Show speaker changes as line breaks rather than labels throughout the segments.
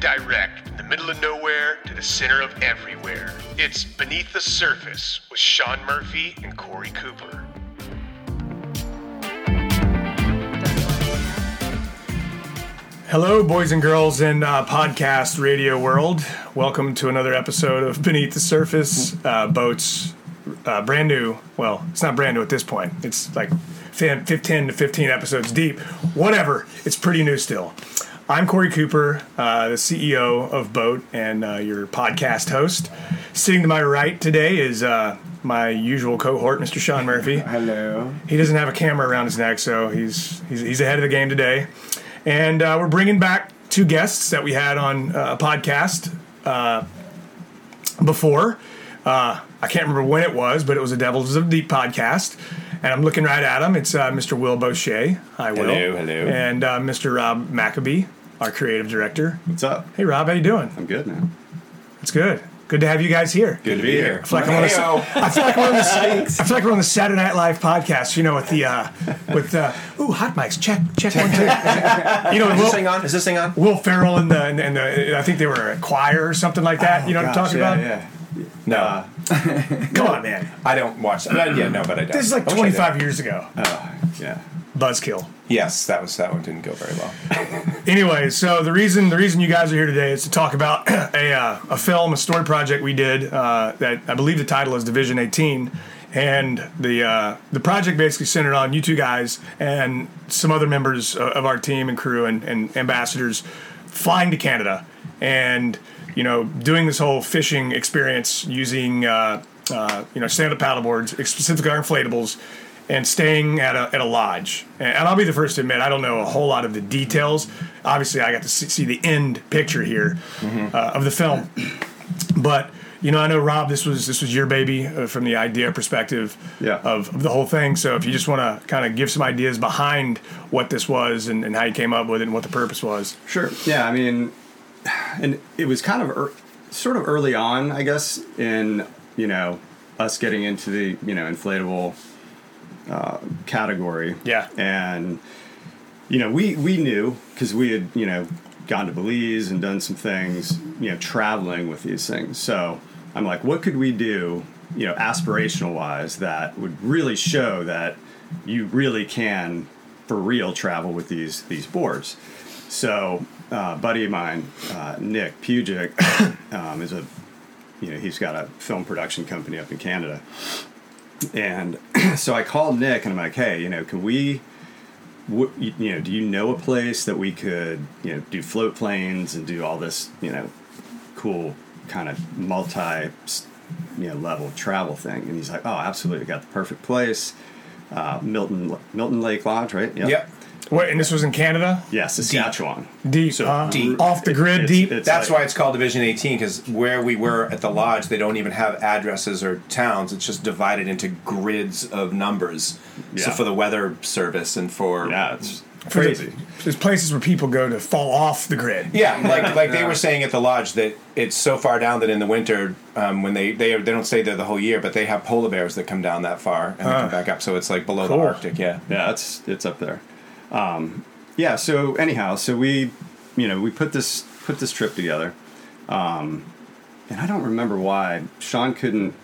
direct from the middle of nowhere to the center of everywhere. It's Beneath the Surface with Sean Murphy and Corey Cooper.
Hello, boys and girls in uh, podcast radio world. Welcome to another episode of Beneath the Surface. Uh, boats, uh, brand new. Well, it's not brand new at this point. It's like fif- 15 to 15 episodes deep. Whatever. It's pretty new still. I'm Corey Cooper, uh, the CEO of Boat and uh, your podcast host. Sitting to my right today is uh, my usual cohort, Mr. Sean Murphy.
Hello.
He doesn't have a camera around his neck, so he's he's, he's ahead of the game today. And uh, we're bringing back two guests that we had on uh, a podcast uh, before. Uh, I can't remember when it was, but it was a Devils of the Deep podcast. And I'm looking right at him. It's uh, Mr. Will Bochet. Hi, Will.
Hello, hello.
And uh, Mr. Rob Mackabee, our creative director.
What's up?
Hey, Rob, how you doing?
I'm good now.
It's good. Good to have you guys here.
Good to be here.
I feel like I'm on the, I feel like we're on the, I feel like we're on the Saturday Night Live podcast. You know, with the uh, with uh, ooh hot mics. Check check one two. You know,
Is this thing
Will,
on? Is this thing on?
Will Ferrell and the, and, and the I think they were a choir or something like that. you know what I'm talking about?
Yeah.
No,
Come on, man.
Uh, I don't watch. That. Yeah, no, but I don't.
This is like
I wish I
25 years ago.
yeah.
Buzzkill.
did. Yes, that was that one didn't go very well.
Anyway, so the reason the reason you guys are here today is to talk about a uh, a film, a story project we did uh, that I believe the title is Division 18, and the uh, the project basically centered on you two guys and some other members o- of our team and crew and, and ambassadors flying to Canada and you know doing this whole fishing experience using uh, uh, you know stand up paddleboards, ex- specifically our inflatables and staying at a, at a lodge. And, and I'll be the first to admit, I don't know a whole lot of the details. Obviously, I got to see, see the end picture here
Mm-hmm.
uh, of the film. But you know, I know Rob, this was this was your baby uh, from the idea perspective
Yeah.
of, of the whole thing. So if you just want to kind of give some ideas behind what this was and, and how you came up with it and what the purpose was,
Sure. Yeah, I mean, and it was kind of ear sort of early on, I guess, in you know us getting into the you know inflatable uh, category.
Yeah.
and you know we we knew because we had you know gone to Belize and done some things you know traveling with these things. So I'm like, what could we do you know aspirational wise that would really show that you really can for real travel with these these boards. So, uh, a buddy of mine, uh, Nick Pugic, um, is a you know he's got a film production company up in Canada, and so I called Nick and I'm like, hey, you know, can we, what, you you know, do you know a place that we could you know do float planes and do all this you know cool kind of multi you know level travel thing? And he's like, oh, absolutely, we got the perfect place. Uh, Milton Milton Lake Lodge, right?
Yep.
what, and this was in Canada,
Yeah, Saskatchewan.
deep,
So-
huh?
Deep.
off the grid,
It's-
deep.
it's
That's
like-
why it's called Division 18 because where we were at the lodge, they don't even have addresses or towns. It's just divided into grids of numbers. So
Yeah.
for the weather service and for
Yeah, it's
For the-
crazy.
There's places where people go to fall off the grid.
Yeah, like like they were saying at the lodge that it's so far down that in the winter, um, when they they they don't stay there the whole year, but they have polar bears that come down that far and they come back up. So it's like below
Cool.
the Arctic. Yeah.
Yeah, it's it's up there. Um, yeah. So anyhow, so we, you know, we put this put this trip together, um, and I don't remember why Sean couldn't.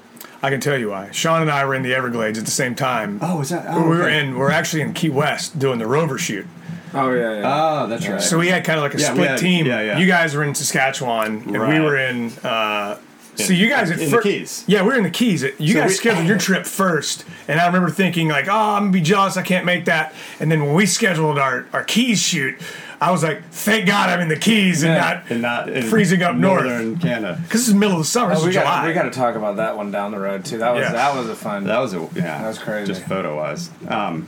I can tell you why. Sean and I were in the Everglades at the same time.
Oh, was that? Oh,
we were
okay.
in. We're actually in Key West doing the rover shoot.
Oh yeah, yeah.
Oh, that's right.
So we had kind of like a
Yeah, we
split
had-
team.
yeah, yeah.
You guys were in Saskatchewan, and we
Right.
were in. Uh, so you guys at
in the Keys.
Yeah, we were in the Keys. You
So
guys
we-
scheduled your trip first, and I remember thinking like, "Oh, I'm gonna be jealous. I can't make that." And then when we scheduled our our Keys shoot, I was like, "Thank God I'm in the Keys and not
and not in
freezing up north."
northern Canada.
because it's the middle of the summer. This
Oh,
is
we
July.
got we got to talk about that one down the road too. That was
Yeah.
that was a fun.
That was a yeah.
That was crazy.
Just photo wise. Um,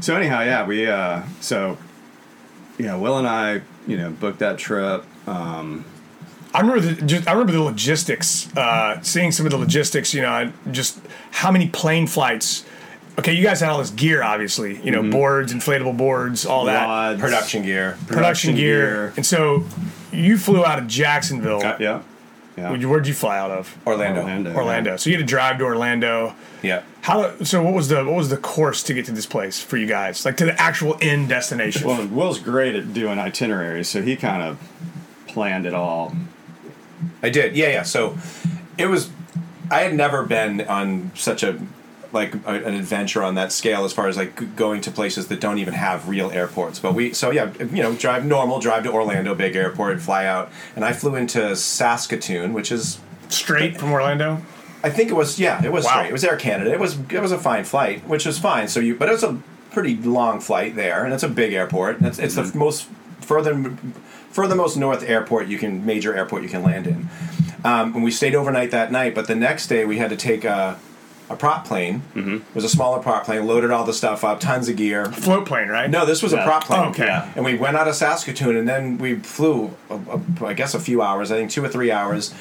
so anyhow, yeah, we uh, so yeah, Will and I, you know, booked that trip.
I remember the, just I remember the logistics. Uh, seeing some of the logistics, you know, and just how many plane flights. Okay, you guys had all this gear, obviously, you know, boards, inflatable boards, all that
Rods,
Production gear.
production,
production
gear.
gear.
and so you flew out of Jacksonville.
Yeah. Yeah.
Where'd you- Where'd you fly out of?
Orlando.
Orlando.
Orlando. So you had to drive to Orlando.
Yeah.
How? So what was the what was the course to get to this place for you guys? Like to the actual end destination?
Well, Will's great at doing itineraries, so he kind of planned at all?
I did. Yeah, yeah. So it was. I had never been on such a like a, an adventure on that scale as far as like g- going to places that don't even have real airports. But we so yeah, you know, drive normal, drive to Orlando, big airport, fly out, and I flew into Saskatoon, which is
Straight from Orlando.
I think it was yeah, it was
Wow.
straight. It was Air Canada. It was it was a fine flight, which was fine. So you, but it was a pretty long flight there, and it's a big airport. And it's it's the most further furthermost north airport you can major airport you can land in. Um, and we stayed overnight that night, but the next day we had to take a a prop plane. Mm-hmm. It was a smaller prop plane. Loaded all the stuff up, tons of gear.
Float plane, right?
No, this was a prop plane.
Oh, okay. Yeah.
And we went out of Saskatoon, and then we flew, a, a, I guess, a few hours. I think two or three hours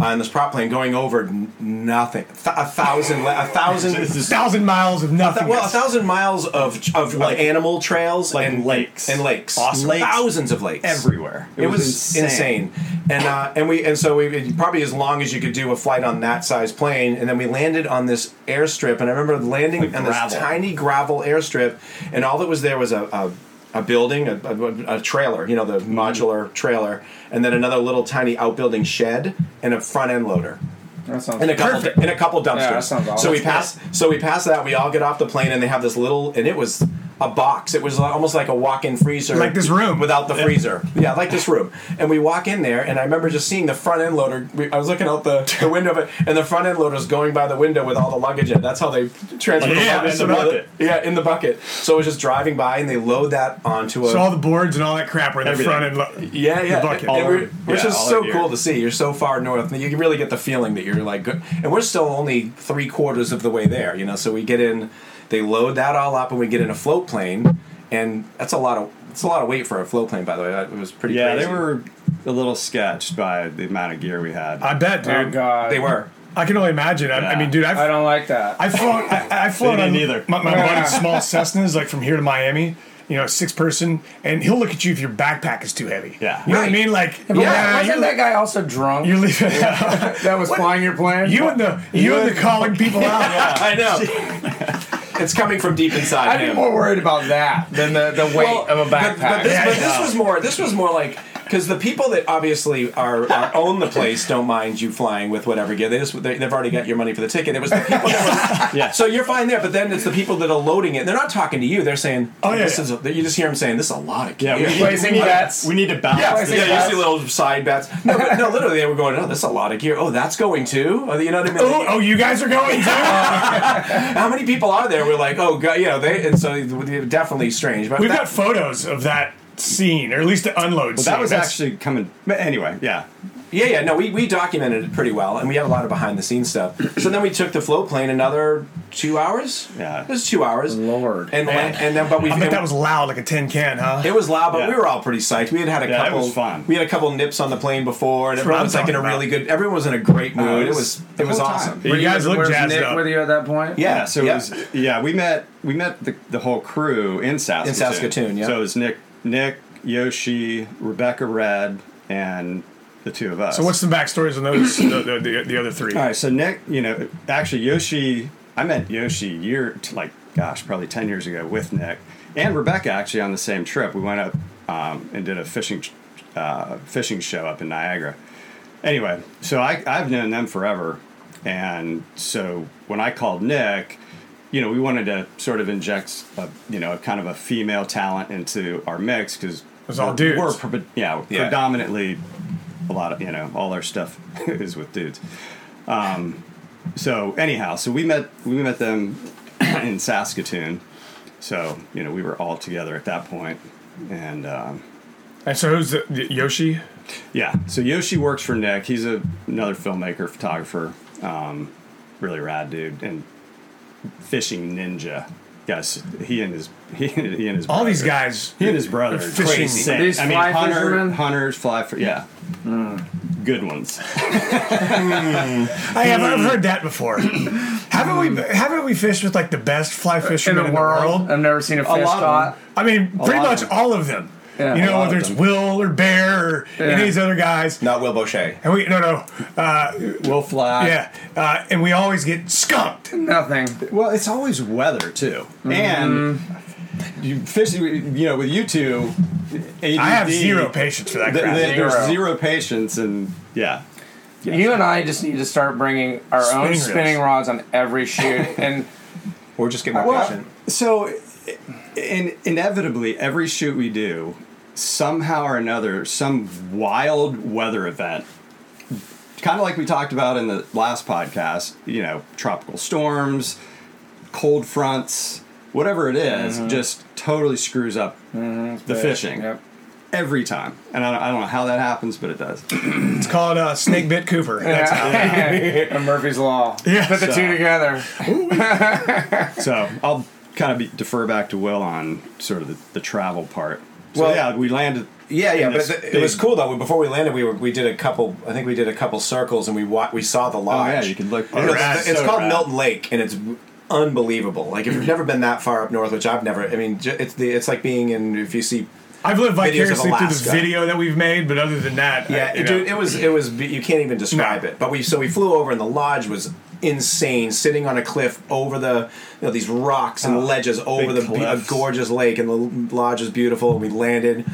on this prop plane, going over n- nothing. Th- a thousand, le- a thousand.
thousand miles of nothing.
Well, a thousand miles of of like, animal trails
like
and
lakes.
and lakes,
Awesome.
Lakes
thousands of lakes
Everywhere.
It, was, insane, and uh, and we and so we it- probably as long as you could do a flight on that size plane, and then we landed on this airstrip, and I remember landing
Like
on
gravel.
this tiny gravel airstrip, and all that was there was a. a a building, a, a, a trailer, you know, the modular trailer, and then another little tiny outbuilding shed and a front end loader
That sounds
and a couple
Perfect.
and a couple dumpsters.
Yeah, that sounds awesome.
So we pass so we pass that. We all get off the plane and they have this little and it was a box. It was like- almost like a walk-in freezer,
Like this room.
without the freezer. Yeah, like this room. And we walk in there, and I remember just seeing the front end loader. We, I was looking out the, the window, of it, and the front end loader is going by the window with all the luggage in. That's how they transfer
Yeah,
the
in
luggage to
the
other-
bucket.
Yeah, in the bucket. So it was just driving by, and they load that onto a.
So all the boards and all that crap were in the
Everything.
front and lo-
Yeah, yeah,
bucket.
And we're- which
yeah,
is
all
so
of you.
cool to see. You're so far north, and you can really get the feeling that you're like, good. and we're still only three quarters of the way there, you know. So we get in, they load that all up, and we get in a float plane, and that's a lot of it's a lot of weight for a float plane, by the way. That- It was pretty.
Yeah,
crazy.
they were a little sketched by the amount of gear we had.
I bet, dude.
Oh god.
They were.
I can only imagine. I, I
Yeah.
mean, dude, I've,
I don't like that.
I've flown. I, I've flown
They
on
didn't either.
my, my buddy's small Cessnas, like from here to Miami. You know, six person, and he'll look at you if your backpack is too heavy.
Yeah.
you know what I
Right.
mean. Like, yeah,
But wasn't
you're,
that guy also drunk?
you're leaving.
that was flying your plane.
you and the you and the calling people out.
I know. it's coming from deep inside.
I'd be
him.
more worried about that than the, the weight
Well,
of a
but-
backpack.
But, this,
Yeah,
but
I
this
know.
was more. This was more like because the people that obviously are, are own the place don't mind you flying with whatever gear. They just they, they've already got your money for the ticket. It was the people that were.
Yeah.
So you're fine there, but then it's the people that are loading it. They're not talking to you. They're saying, "Oh
yeah,
this
yeah.
is." A, you just hear them saying, "This is a lot of
yeah,
gear."
we need,
Placing
we need-
bets.
we need to balance.
Yeah,
placing
this.
yeah,
bets.
you see little side bats. No, but no, literally, they were going, oh, that's a lot of gear. Oh, that's going too. Oh, You know what I mean?
Oh, oh, you guys are going too.
How many people are there? We're like, oh, God, you know, they, and so definitely strange. But
We've
that-
got photos of that scene, or at least the unload.
Well,
scene.
that was
That's-
actually coming. But anyway, yeah.
Yeah, yeah, no, we, we documented it pretty well, and we had a lot of behind the scenes stuff. So then we took the float plane another two hours.
Yeah.
it was two hours.
Lord.
and land- and then but we
I bet
and-
that was loud, like a tin can, huh?
it was loud, but
Yeah.
we were all pretty psyched. We had had a
Yeah, it
couple
was fun.
We had a couple nips on the plane before, and
what
everyone
I'm
was like in a
talking
really
about.
good. Everyone was in a great
it
mood. it
was
was
the
it was
whole
awesome.
time.
You guys look
was
jazzed
Nick
up.
with you at that point?
Yeah.
Yeah, so it was yeah, we met we met the, the whole crew in Saskatoon.
Saskatoon, yeah.
So it was Nick Nick, Yoshi, Rebecca Red, and the two of us.
So what's the backstories on those? the, the, the, the other three.
all right, so Nick, you know, actually Yoshi I met Yoshi year t- like gosh, probably ten years ago with Nick. And Rebecca actually on the same trip. We went up um, and did a fishing uh, fishing show up in Niagara. Anyway, so I, I've known them forever. And so when I called Nick, you know, we wanted to sort of inject, a, you know, kind of a female talent into our mix because
was all dudes.
We're pre- yeah, we're
Yeah.
predominantly a lot of you know all our stuff is with dudes. Um, so anyhow, so we met we met them in Saskatoon. So you know we were all together at that point, and um,
And so who's the, the Yoshi?
yeah. So Yoshi works for Nick. He's a, another filmmaker, photographer, um, really rad dude, and fishing ninja. Yes, he and his he and, he and his
All these
brother-
guys.
He and his brother. are
Fishing.
just insane.
These
I mean,
fly
hunter,
fishermen?
hunters fly for yeah.
Mm.
Good ones.
I have I've heard that before. haven't we? Haven't we fished with like the best fly
In
fishermen
the world, I've never seen a fish
lot of
caught.
I mean, pretty
lot
much
of them.
all of them.
Yeah,
you
a
know,
lot
whether
of
it's
them.
Will or Bear or any of
Yeah.
these other guys.
Not Will Boucher.
And we no no uh,
Will fly.
yeah, uh, and we always get skunked.
Nothing.
Well, it's
Mm-hmm.
always weather too, and you fish. You know, with you two, ADD,
I have zero patience for that
th-
crap.
th-
Zero.
There's zero patience, and yeah,
You and I just need to start bringing our
Spinning
own
reels.
spinning rods on every shoot, and
Or just get more
Well,
patient.
so i- in, inevitably, every shoot we do, somehow or another, some wild weather event, kind of like we talked about in the last podcast, you know, tropical storms, cold fronts, whatever it is,
Mm-hmm.
just totally screws up the fishing.
Yep.
Every time, and I don't, I don't know how that happens, but it does.
It's called uh, Snake Bit Cooper. That's
and Murphy's Law.
Yeah,
Put the
so-
two together.
So I'll kind of be, defer back to Will on sort of the, the travel part. So
Well-
yeah, we landed.
Yeah, yeah,
in
but
this
th- it
big-
was cool though. Before we landed, we were, we did a couple. I think we did a couple circles, and we wa- we saw the lodge.
Oh, yeah, you could look-
And it's-
Rad,
it's
so
called
rad.
Milton Lake, and it's unbelievable. Like if you've never been that far up north, which I've never. I mean, ju- it's the it's like being in if you see.
I've lived vicariously through the
Alaska.
video that we've made, but other than that, I-
Yeah,
you
it,
know.
dude, it was it was be- you can't even describe
No.
it. But we so we flew over, and the lodge was insane, sitting on a cliff over the you know these rocks
Oh,
and ledges over the be- a
cliffs.
gorgeous lake, and the lodge was beautiful. And we landed.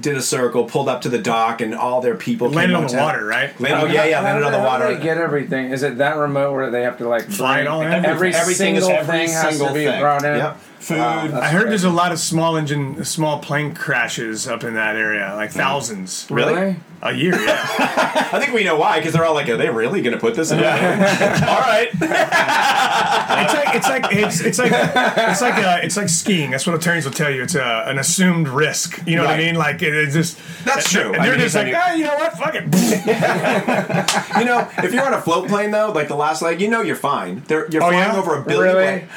Did a circle, pulled up to the dock, and all their people came
landed on
out
the
to-
water, right?
Landed, oh yeah, yeah, landed on the
How do
water.
they get everything? Is it that remote where they have to like
Fly it
bring-
all in?
Every,
Everything is-
single
every
thing has
single
to be
thing.
brought in.
Yep.
food.
I heard there's a lot of small engine, small plane crashes up in that area, like thousands
Really?
a year. Yeah,
I think we know why because they're all like, "Are they really going to put this in?" all right.
it's like it's like it's it's like it's like uh it's like skiing. That's what attorneys will tell you. It's uh an assumed risk. You know what I
Right.
mean? Like it, it's just
That's true.
And
I
they're
mean,
just like,
you-
ah, you know what? Fuck it.
You know, if you're on a float plane though, like the last leg, you know you're fine. They're, you're
Oh,
flying
yeah?
over a billion.
Really?
leg-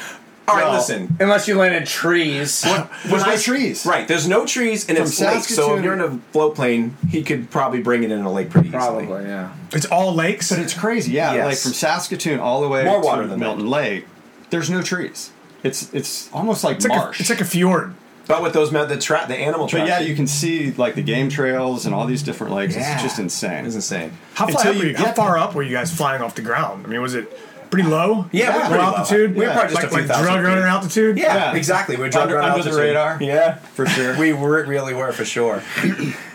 All right,
Well,
listen.
Unless you landed trees.
There's
When
no
I-
trees.
Right. There's no trees and it's lake. So if
Saskatoon-
you're in a float plane, he could probably bring it in a lake pretty easily.
Probably, yeah.
It's all lakes.
But it's crazy, yeah.
Yes.
Like from Saskatoon all the way
More water
to
than
Milton Lake, there's no trees. It's it's almost like
It's like a,
marsh.
it's like a fjord.
But with those mount- the trap, the animal trap.
but yeah, you can see like the game trails and all these different lakes.
Yeah.
It's just insane.
It's insane.
How, fly
Until
up were
you
you, how
get
far up were you guys flying off the ground? I mean, was it pretty low?
Yeah, we were
low
pretty low.
altitude.
We were probably just
like,
a few
like
thousand
drug runner
feet.
altitude.
Yeah,
Yeah.
exactly. We're
Under-
drunk on
under the
altitude.
radar.
Yeah,
for sure.
we were, really were for sure.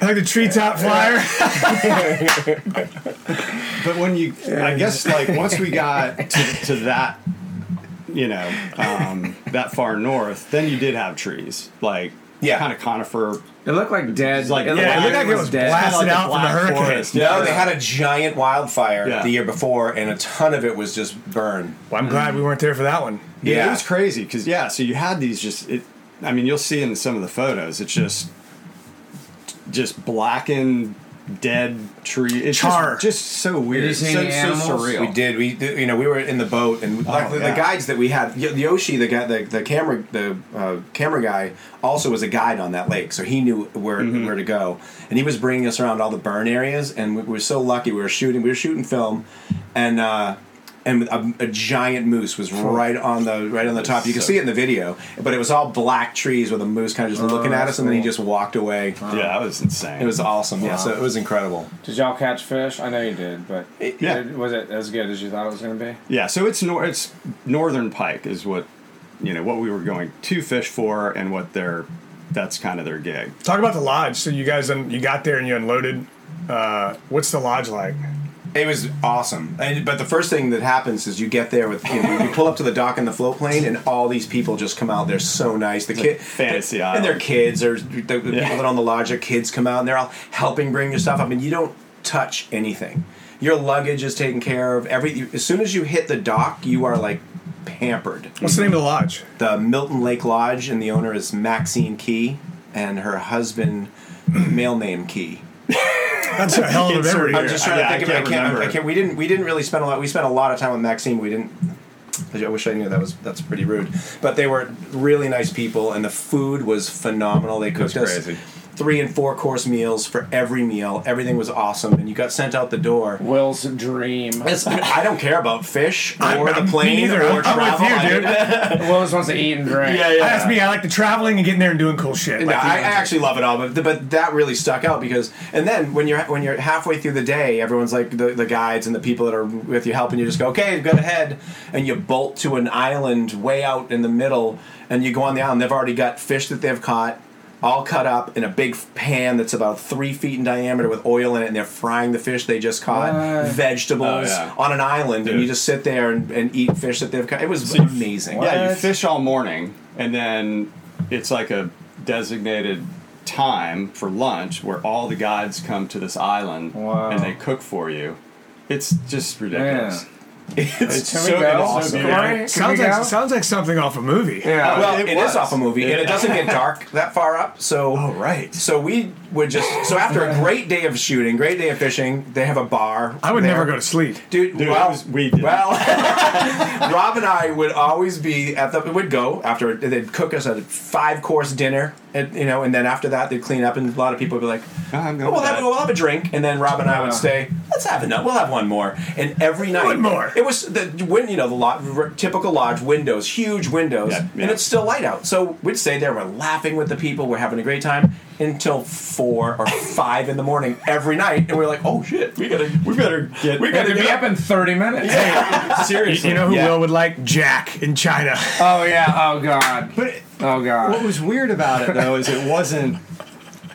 like the treetop flyer.
but when you, I guess, like once we got to, to that, you know, um, that far north, then you did have trees, like
Yeah.
kind of conifer.
It looked like dead.
It's like-
looked
Yeah, it looked like it was
dead.
blasted
Kinda like
out
the
from the
Black
hurricane.
Forest.
No, they had a giant wildfire
Yeah.
the year before, and a ton of it was just burned.
Well, I'm glad we weren't there for that one.
Yeah,
Yeah.
it was crazy because yeah. So you had these just. It, I mean, you'll see in some of the photos. It's just, just blackened, dead tree. It's
Char.
Just, just so weird.
Did you see
so,
any
so
animals?
surreal.
We did. We did- you know we were in the boat, and like, the,
Oh, yeah.
the guides that we had, Y- the Yoshi, the guy, the, the camera, the uh, camera guy, also was a guide on that lake, so he knew where
Mm-hmm.
where to go, and he was bringing us around all the burn areas, and we, we were so lucky. We were shooting. We were shooting film, and. uh and a, a giant moose was right on the right on the top. You can
So-
see it in the video, but it was all black trees with a moose kind of
Oh,
just looking at us, and then he just walked away.
Yeah, that was insane.
It was awesome. Yeah, so it was incredible.
Did y'all catch fish? I know you did, but
Yeah.
did- was it as good as you thought it was going to be?
Yeah, so it's nor- it's northern pike is what you know what we were going to fish for and what their that's kind of their gig.
Talk about the lodge. So you guys, un- you got there and you unloaded. Uh, what's the lodge like?
It was awesome. And, but the first thing that happens is you get there with you, know, you pull up to the dock in the float plane, and all these people just come out. They're so nice. The kid
fantasy
and,
island.
their kids or the, the people
Yeah.
that are on the lodge. Their kids come out and they're all helping bring your stuff up. And you don't touch anything. Your luggage is taken care of. Every you- as soon as you hit the dock, you are like pampered.
What's the name of the lodge?
The Milton Lake Lodge, and the owner is Maxine Key, and her husband, male name Key.
That's a hell of a
It's
memory.
sort
I'm
of-
here.
just trying
Yeah,
to
I
think. of
can't
I can't. I
remember.
can't. We didn't. We didn't really spend a lot. We spent a lot of time with Maxine. We didn't. I wish I knew that was that's pretty rude, but they were really nice people, and the food was phenomenal. They cooked us
crazy.
three and four course meals for every meal. Everything was awesome, and you got sent out the door.
Will's dream.
It's- I don't care about fish or
I'm- I'm-
the
me
plane
neither. I'm-
or
I'm with
travel.
you, dude.
I,
Will just wants to eat and drink.
yeah, yeah.
That's me. I like the traveling and getting there and doing cool shit.
No,
Like,
I, I actually love it all, but but that really stuck out because and then when you're when you're halfway through the day, everyone's like the, the guides and the people that are with you helping you just go okay, go ahead, and you bolt to an island way out in the middle, and you go on the island. They've already got fish that they've caught. all cut up in a big pan that's about three feet in diameter with oil in it, and they're frying the fish they just caught,
What?
vegetables
Oh, yeah.
on an island, and you
Dude.
just sit there and, and eat fish that they've caught. It was amazing.
Yeah, you
What?
fish all morning, and then it's like a designated time for lunch where all the guides come to this island
Wow.
and they cook for you. It's just ridiculous.
Man.
It's
Can we
so
go?
it's
Awesome.
so
Can
good.
we- can
sounds
we
like
go?
sounds like something off a movie.
Yeah.
Well,
It
it is
was.
off a movie, and it doesn't get dark that far up. So,
Oh, right.
So we would just so after a great day of shooting, great day of fishing, they have a bar.
I would
there.
never go to sleep.
Dude,
Dude,
well,
it was- we did.
well, Rob and I would always be at the. Would go after they'd cook us a five course dinner, and, you know, and then after that they'd clean up, and a lot of people would be like,
Ah, I'm going
"Oh, we'll
with
have,
that."
we'll have a drink," and then Rob and I
Yeah.
would say, "Let's have another. We'll have one more." And every night,
One more.
It was the when you know the lot, r- typical lodge windows, huge windows,
Yeah, yeah.
and it's still light out, so we'd stay there. We're laughing with the people. We're having a great time until four or five in the morning every night, and we're like, "Oh shit, we gotta."
We better get.
We
It
gotta
could be up in 30 minutes.
seriously.
You know who
Yeah.
Will would like? Jack in China.
Oh, yeah. Oh, God.
But it-
Oh,
what
God.
was weird about it though is it wasn't.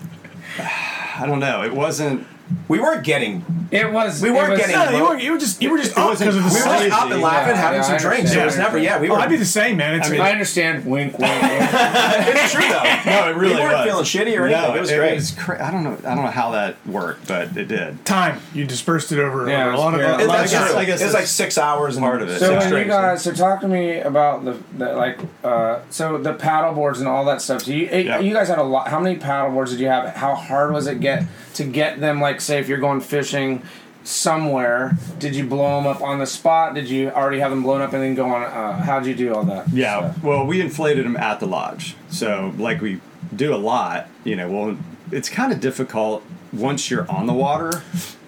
I don't know. It wasn't.
We weren't getting.
It was.
We
it
weren't
was-
getting-
No, you were you were just you were just
It
up
wasn't
because of the
We were
cool.
sun.
just up and laughing,
Yeah,
having
yeah, I
some drinks. So it was
understand.
never. Yeah, we
Oh,
were.
I'd be the same, man. It's
I mean,
I understand. Wink, wink, wink.
it's true though.
No, it really
we weren't
was.
feeling shitty or anything.
No,
it was great.
cra- I don't know. I don't know how that worked, but it did.
time. You dispersed it over
Yeah,
a lot of
it's
a
weird.
It-
lot
that's
of
guess-
time.
true.
I guess
it's
that's
like six hours and
part of it.
So
Six
when you
drinks.
guys, so talk to me about the, the like, uh, so the paddle boards and all that stuff. So you, it-
Yeah.
you guys had a lot. How many paddle boards did you have? How hard was it get to get them? Like, say, if you're going fishing somewhere, did you blow them up on the spot? Did you already have them blown up and then go on? Uh, how'd you do all that?
Yeah,
stuff?
well, we inflated them at the lodge. So, like we do a lot, you know, well, it's kind of difficult once you're on the water.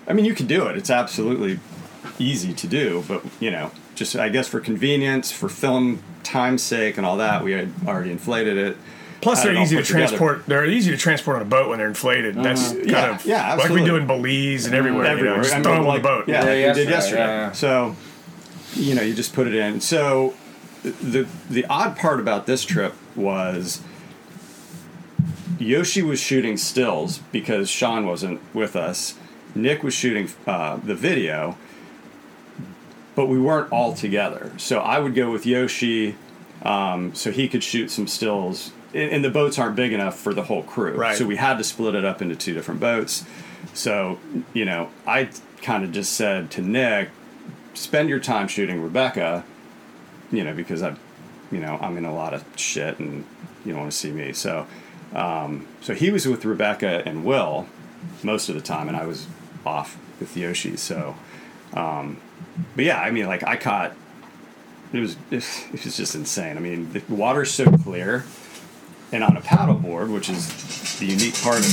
I mean, you can do it, it's absolutely easy to do, but, you know, just I guess for convenience, for film time's sake, and all that, we had already inflated it.
Plus,
I
they're
don't know,
easy to
put together. Mm-hmm.
transport. They're easy to transport on a boat when they're inflated. That's kind
Yeah,
of like
yeah,
we
absolutely. Mm-hmm.
do in Belize and everywhere. you know,
everywhere.
just
I mean,
throw them
like-
on the boat.
Yeah, like
Yeah,
we did
yesterday,
yesterday.
yeah, yeah.
So, you know, you just put it in. So, the the odd part about this trip was Yoshi was shooting stills because Sean wasn't with us. Nick was shooting uh, the video, but we weren't all together. So I would go with Yoshi, um, so he could shoot some stills. And, and the boats aren't big enough for the whole crew,
Right.
so we had to split it up into two different boats. So you know, I kind of just said to Nick, "Spend your time shooting Rebecca," you know, because I, you know, I'm in a lot of shit, and you don't want to see me. So, um, so he was with Rebecca and Will most of the time, and I was off with Yoshi. So, um, but yeah, I mean, like I caught it was it was just insane. I mean, the water's so clear, and on a paddleboard, which is the unique part of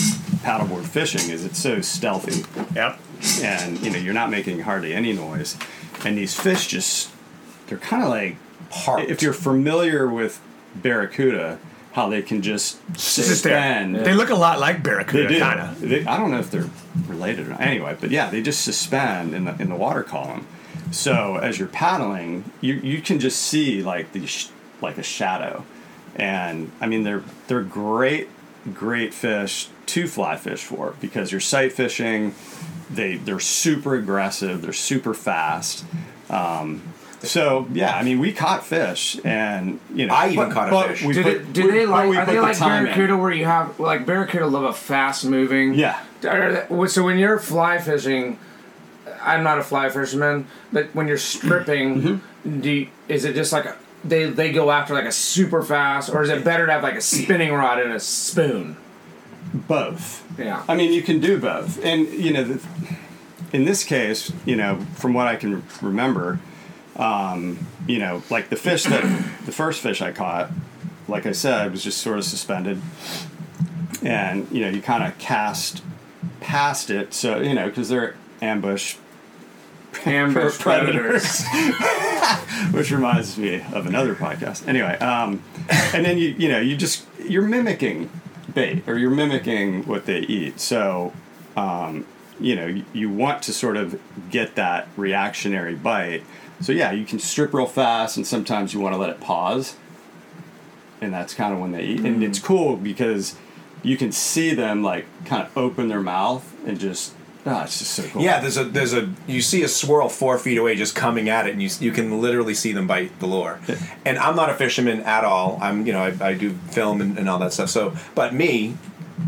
paddleboard fishing, is it's so stealthy,
Yep.
and you know you're not making hardly any noise, and these fish just they're kind of like
Parked.
if you're familiar with barracuda, how they can just
It's just there.
suspend.
They look a lot like
They
barracuda,
do.
kind of.
They- I don't know if they're related or not. Anyway, but yeah, they just suspend in the in the water column. So as you're paddling, you you can just see like the sh- like a shadow, and I mean they're they're great great fish to fly fish for because you're sight fishing. They they're super aggressive. They're super fast. Um, so yeah, I mean we caught fish, and you know
I even
but-
caught a
but
fish.
we
Do
put-
they, do
we-
they
but
like,
we
are
put
they
the
like
time in.
barracuda where you have, like, barracuda love a fast moving.
Yeah.
Are they- So when you're fly fishing, I'm not a fly fisherman, but when you're stripping,
Mm-hmm.
do you, is it just like a, they, they go after like a super fast, or is it better to have like a spinning rod and a spoon?
both.
Yeah.
I mean, you can do both, and you know, the, in this case, you know, from what I can remember, um, you know, like the fish that the first fish I caught, like I said, was just sort of suspended, and you know, you kind of cast past it, so you know, because they're ambush
Ambush predators.
which reminds me of another podcast. Anyway, um, and then you you know you just you're mimicking bait or you're mimicking what they eat. So um, you know you, you want to sort of get that reactionary bite. So yeah, you can strip real fast, and sometimes you want to let it pause, and that's kind of when they eat. And it's cool because you can see them like kind of open their mouth and just ah, it's just so cool.
Yeah, there's a there's a you see a swirl four feet away just coming at it, and you you can literally see them bite the lure. And I'm not a fisherman at all. I'm you know I, I do film and, and all that stuff. So, but me,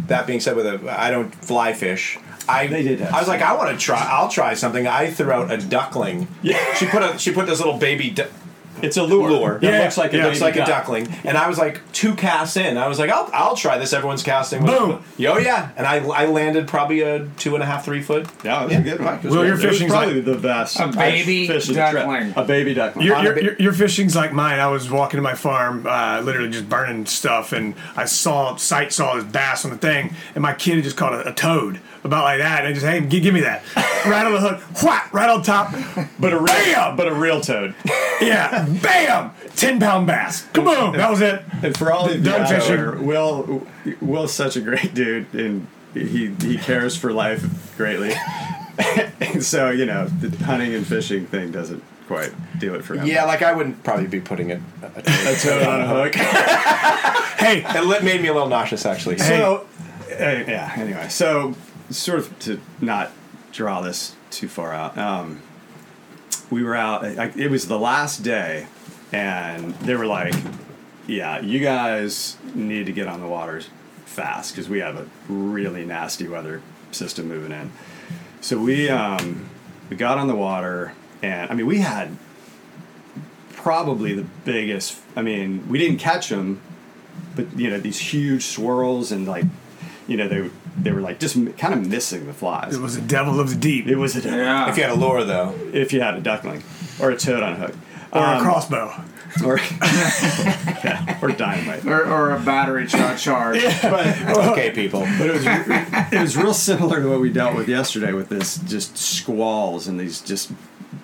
that being said, with a I don't fly fish. I
They did have
I was
some.
like I want to try. I'll try something. I threw out a duckling. Yeah. She put a she put this little baby. Du-
it's a lure.
Lure.
that
Yeah,
looks like a
yeah.
baby
looks like
duck.
a duckling. And I was like two casts in. I was like, I'll, I'll try this. Everyone's casting. with-
Boom.
Yo, yeah. And I, I landed probably a two and a half, three foot.
Yeah, it was a good one.
Will, your
It was
fishing's
probably
like-
the best
A baby
fish of the trip.
duckling.
A baby duckling.
Your,
a
your,
bit-
your, your fishing's like mine. I was walking to my farm, uh, literally just burning stuff, and I saw sight saw this bass on the thing, and my kid had just caught a, a toad about like that, and I just hey, gi- give me that, right on the hook, whack, right on top,
but a real,
Bam!
but a real toad.
yeah, bam, ten pound bass, kaboom, that was it.
And for all of you
Duck
out
fishing.
there, Will Will's such a great dude, and he he cares for life greatly. and so you know, the hunting and fishing thing doesn't quite do it for him.
Yeah, like I wouldn't probably be putting it. uh,
a toad on a hook.
Hey,
It lit- made me a little nauseous, actually.
So uh, yeah. Anyway, so sort of to not draw this too far out. Um, we were out. I, it was the last day, and they were like, "Yeah, you guys need to get on the waters fast because we have a really nasty weather system moving in." So we um, we got on the water, and I mean, we had probably the biggest. I mean, we didn't catch them, but you know these huge swirls and like, you know they they were like just kind of missing the flies.
it was the devil of the deep
It
or
was a
Yeah.
If you had a lure, though,
if you had a duckling or a toad on a hook
a crossbow.
or yeah, or dynamite.
or, or a battery shot charge.
But,
okay, people.
but it was it was real similar to what we dealt with yesterday with this just squalls and these just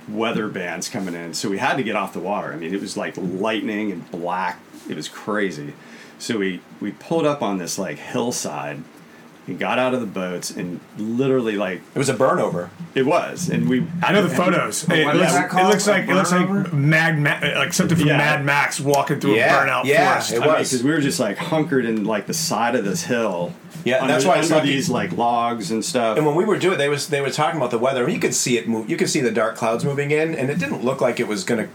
weather bands coming in. So we had to get off the water. I mean, it was like lightning and black. It was crazy. So we we pulled up on this like hillside and got out of the boats and literally like
It was a burnover.
it was and we
I know the photos. It,
what
it
is that
looks, it
called?
looks like it looks like
Burnover?
Mad, Ma- like something from
Yeah.
Mad Max walking through
Yeah,
a burnout
yeah,
forest.
it
I mean,
was.
'cause we were just like hunkered in like the side of this hill.
Yeah,
under-
that's why it's
under
lucky-
these like logs and stuff.
And when we were doing, they was they were talking about the weather. You could see it move. You could see the dark clouds moving in, and it didn't look like it was gonna.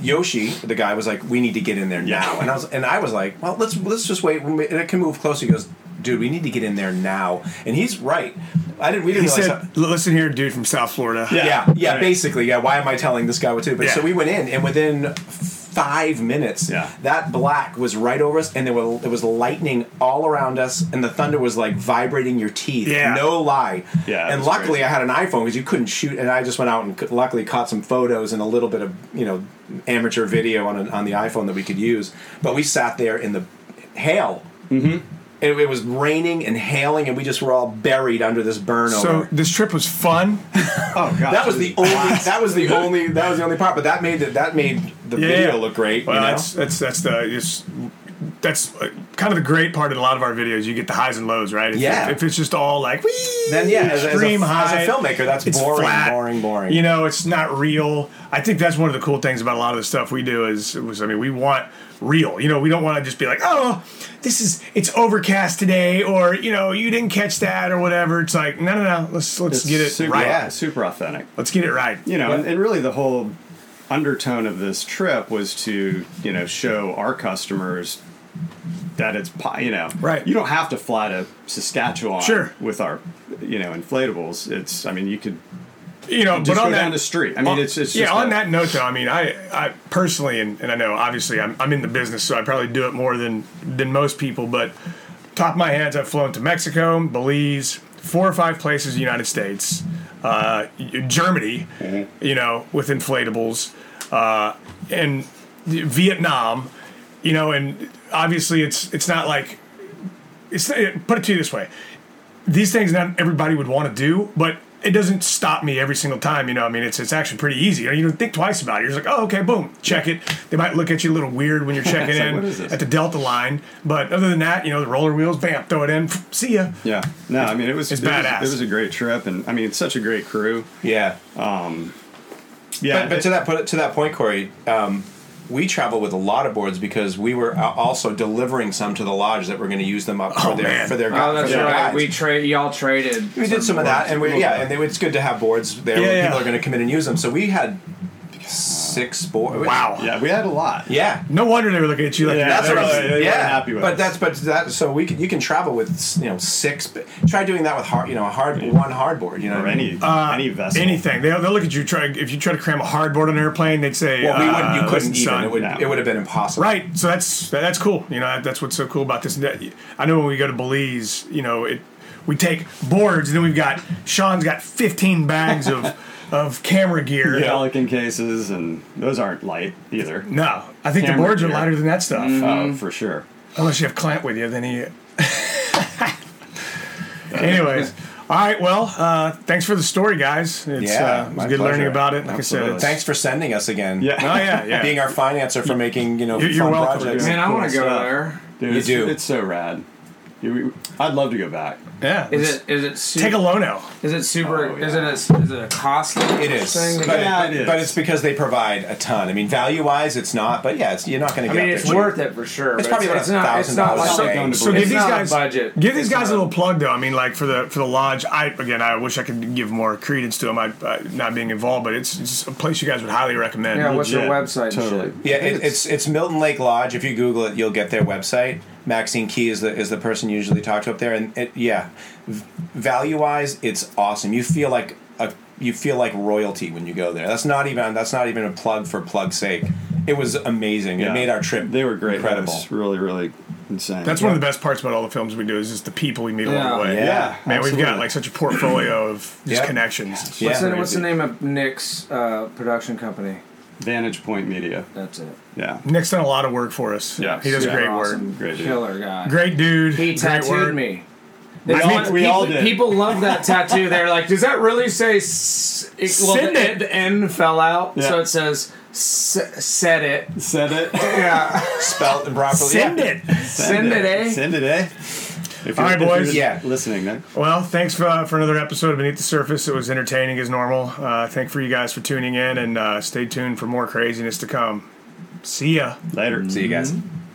Yoshi, the guy, was like, "We need to get in there
Yeah.
now," and I was and I was like, "Well, let's let's just wait. And it can move closer." He goes, "Dude, we need to get in there now,w." And he's right. I didn't. We didn't
He
realize.
said,
how-
"L- "Listen here, dude from South Florida.
yeah,
Yeah,
yeah,
right.
basically, yeah. Why am I telling this guy what to? do? But
Yeah.
so we went in, and within five minutes,
Yeah.
that black was right over us, and there were there was lightning all around us, and the thunder was like vibrating your teeth.
Yeah.
no lie.
Yeah, it
and
was
luckily
crazy.
I had an iPhone because you couldn't shoot, and I just went out and c- luckily caught some photos and a little bit of you know amateur video on a, on the iPhone that we could use. But we sat there in the hail. Mm-hmm. It, it was raining and hailing, and we just were all buried under this burn.
So
over.
this trip was fun.
oh god,
That was the only. That was the only. That was the only part. But that made it, that made the video look great.
Well,
you know?
that's that's that's the it's, that's uh, kind of the great part in a lot of our videos. You get the highs and lows, right? If,
Yeah.
If it's just all like, Wee!
then yeah, as, as, a,
extreme
as
high.
a filmmaker, that's
it's
boring,
flat.
boring, boring.
You know, it's not real. I think that's one of the cool things about a lot of the stuff we do is, was I mean, we want real. You know, we don't want to just be like, oh, this is it's overcast today, or you know, you didn't catch that, or whatever. It's like, no, no, no. Let's let's get it
super,
right.
yeah, super authentic.
Let's get it right.
You know, and, and really the whole undertone of this trip was to you know show our customers that it's po- you know
Right.
You don't have to fly to Saskatchewan
Sure.
with our you know inflatables. It's I mean you could
you know,
Just
but on
go
that,
down the street. I mean,
on-
it's- it's
yeah.
just
on
a-
that note, though, I mean, I, I personally, and, and I know obviously, I'm, I'm in the business, so I probably do it more than than most people. But top of my heads, I've flown to Mexico, Belize, four or five places, in the United States, uh, Germany,
Mm-hmm.
you know, with inflatables, uh, and Vietnam, you know, and obviously, it's it's not like it's put it to you this way these things not everybody would want to do, but it doesn't stop me every single time. You know, I mean, it's it's actually pretty easy. You, know, you don't think twice about it. You're just like, oh, okay, boom, check it. They might look at you a little weird when you're checking
It's like,
in
what is this?
at the Delta line, but other than that, you know, the roller wheels, bam, throw it in, see ya.
yeah. No, I mean it was
It's
it was-
badass.
It was a great trip, and I mean it's such a great crew.
yeah.
Yeah,
but, but to that put to that point, Corey, um, we travel with a lot of boards because we were a- also delivering some to the lodge that were going to use them up for their
man.
for their, gu-
Oh,
for
that's
their
right.
guides.
We trade. Y'all traded.
We did some of that, and we yeah, and they, it's good to have boards there where
Yeah,
people
yeah.
are going to come in and use them. So we had six boards.
Wow.
Yeah, we had a lot.
Yeah.
No wonder they were looking at you like
Yeah,
that's
they
what
were-
I was.
they were
yeah,
happy with
but
us.
that's but that so we can you can travel with you know six. But try doing that with hard you know a hard one hardboard you know
Or
what I mean?
any any vessel.
Uh, Anything they'll, they'll look at you. Try if you try to cram a hardboard on an airplane, they'd say,
Well, we
uh,
wouldn't. You couldn't
listen,
even.
son.
it would.
no.
It would have been impossible.
Right. So that's that, that's cool. You know, that, that's what's so cool about this. That- I know when we go to Belize, you know, it we take boards, and then we've got Sean's got 15 bags of of camera gear.
Pelican cases, and those aren't light either.
No, I think the
Camera
boards are
gear.
lighter than that stuff.
Mm.
Oh, for sure.
Unless you have Clamp with you, then he. Anyways, all right. Well, uh, thanks for the story, guys. It's,
Yeah,
uh, it was
my
good learning
pleasure.
about it. Like I said,
Absolutely.
it's-
Thanks for sending us again.
Yeah.
Oh yeah, yeah.
Being our financer for making you know
You're- you're
fun
welcome.
projects.
Man, I
Cool
want to go
stuff.
there.
Dude,
You
it's,
do.
It's so rad. You- I'd love to go back.
yeah.
Is
let's
it? Is it? Super,
Take a loan out.
Is it super?
Oh,
Is it? A, is it a costly?
It is,
Thing to
but,
get?
Yeah,
but-
it is.
but it's because they provide a ton. I mean, value wise, it's not. But yeah, it's, you're not going to
I
get.
mean,
up
it's
there cheap.
worth it for sure.
It's
but
probably about
it's not. It's
$1,000
not like
a
day.
it's
So
It's
give these
not a
guys
budget.
Give these
It's
guys a
not-
little plug, though. I mean, like for the for the lodge. I again, I wish I could give more credence to them. I, I not being involved, but it's, it's a place you guys would highly recommend.
Yeah, what's their
Legit.
website? and
Totally.
shit?
Yeah, it, it's it's Milton Lake Lodge. If you Google it, you'll get their website. Maxine Key is the is the person you usually talk to up there, and it, yeah, value wise, it's awesome. You feel like a you feel like royalty when you go there. That's not even that's not even a plug for plug's sake. It was amazing. It
Yeah.
made our trip.
They were great.
Incredible.
hosts. Really, really insane.
That's one of the best parts about all the films we do is just the people we meet along
Yeah.
the way.
Yeah.
man, we've got like such a portfolio of just
Yeah.
connections.
Yeah.
What's, the, what's the name of Nick's uh, production company?
Vantage Point Media.
That's it.
Yeah.
Nick's done a lot of work for us.
Yeah.
he does
Yeah.
great
Awesome,
work.
Great dude.
killer guy.
Great dude.
He
great
tattooed
work.
me.
We
It's
all-
on-
we
people,
all did.
People love that tattoo. They're like, does that really say? S- it, well,
Send
the,
it."
the N fell out, so
Yeah.
it says s- "said it."
Send it.
Yeah,
Spelled properly.
Send
yeah.
it.
send it, eh?
Send it, eh? If you're,
All right,
if you're
boys.
Yeah.
Listening, then.
Well, thanks for, uh, for another episode of Beneath the Surface. It was entertaining as normal. Uh, thank for you guys for tuning in, and uh, stay tuned for more craziness to come. See ya.
Later. Mm-hmm.
See you guys.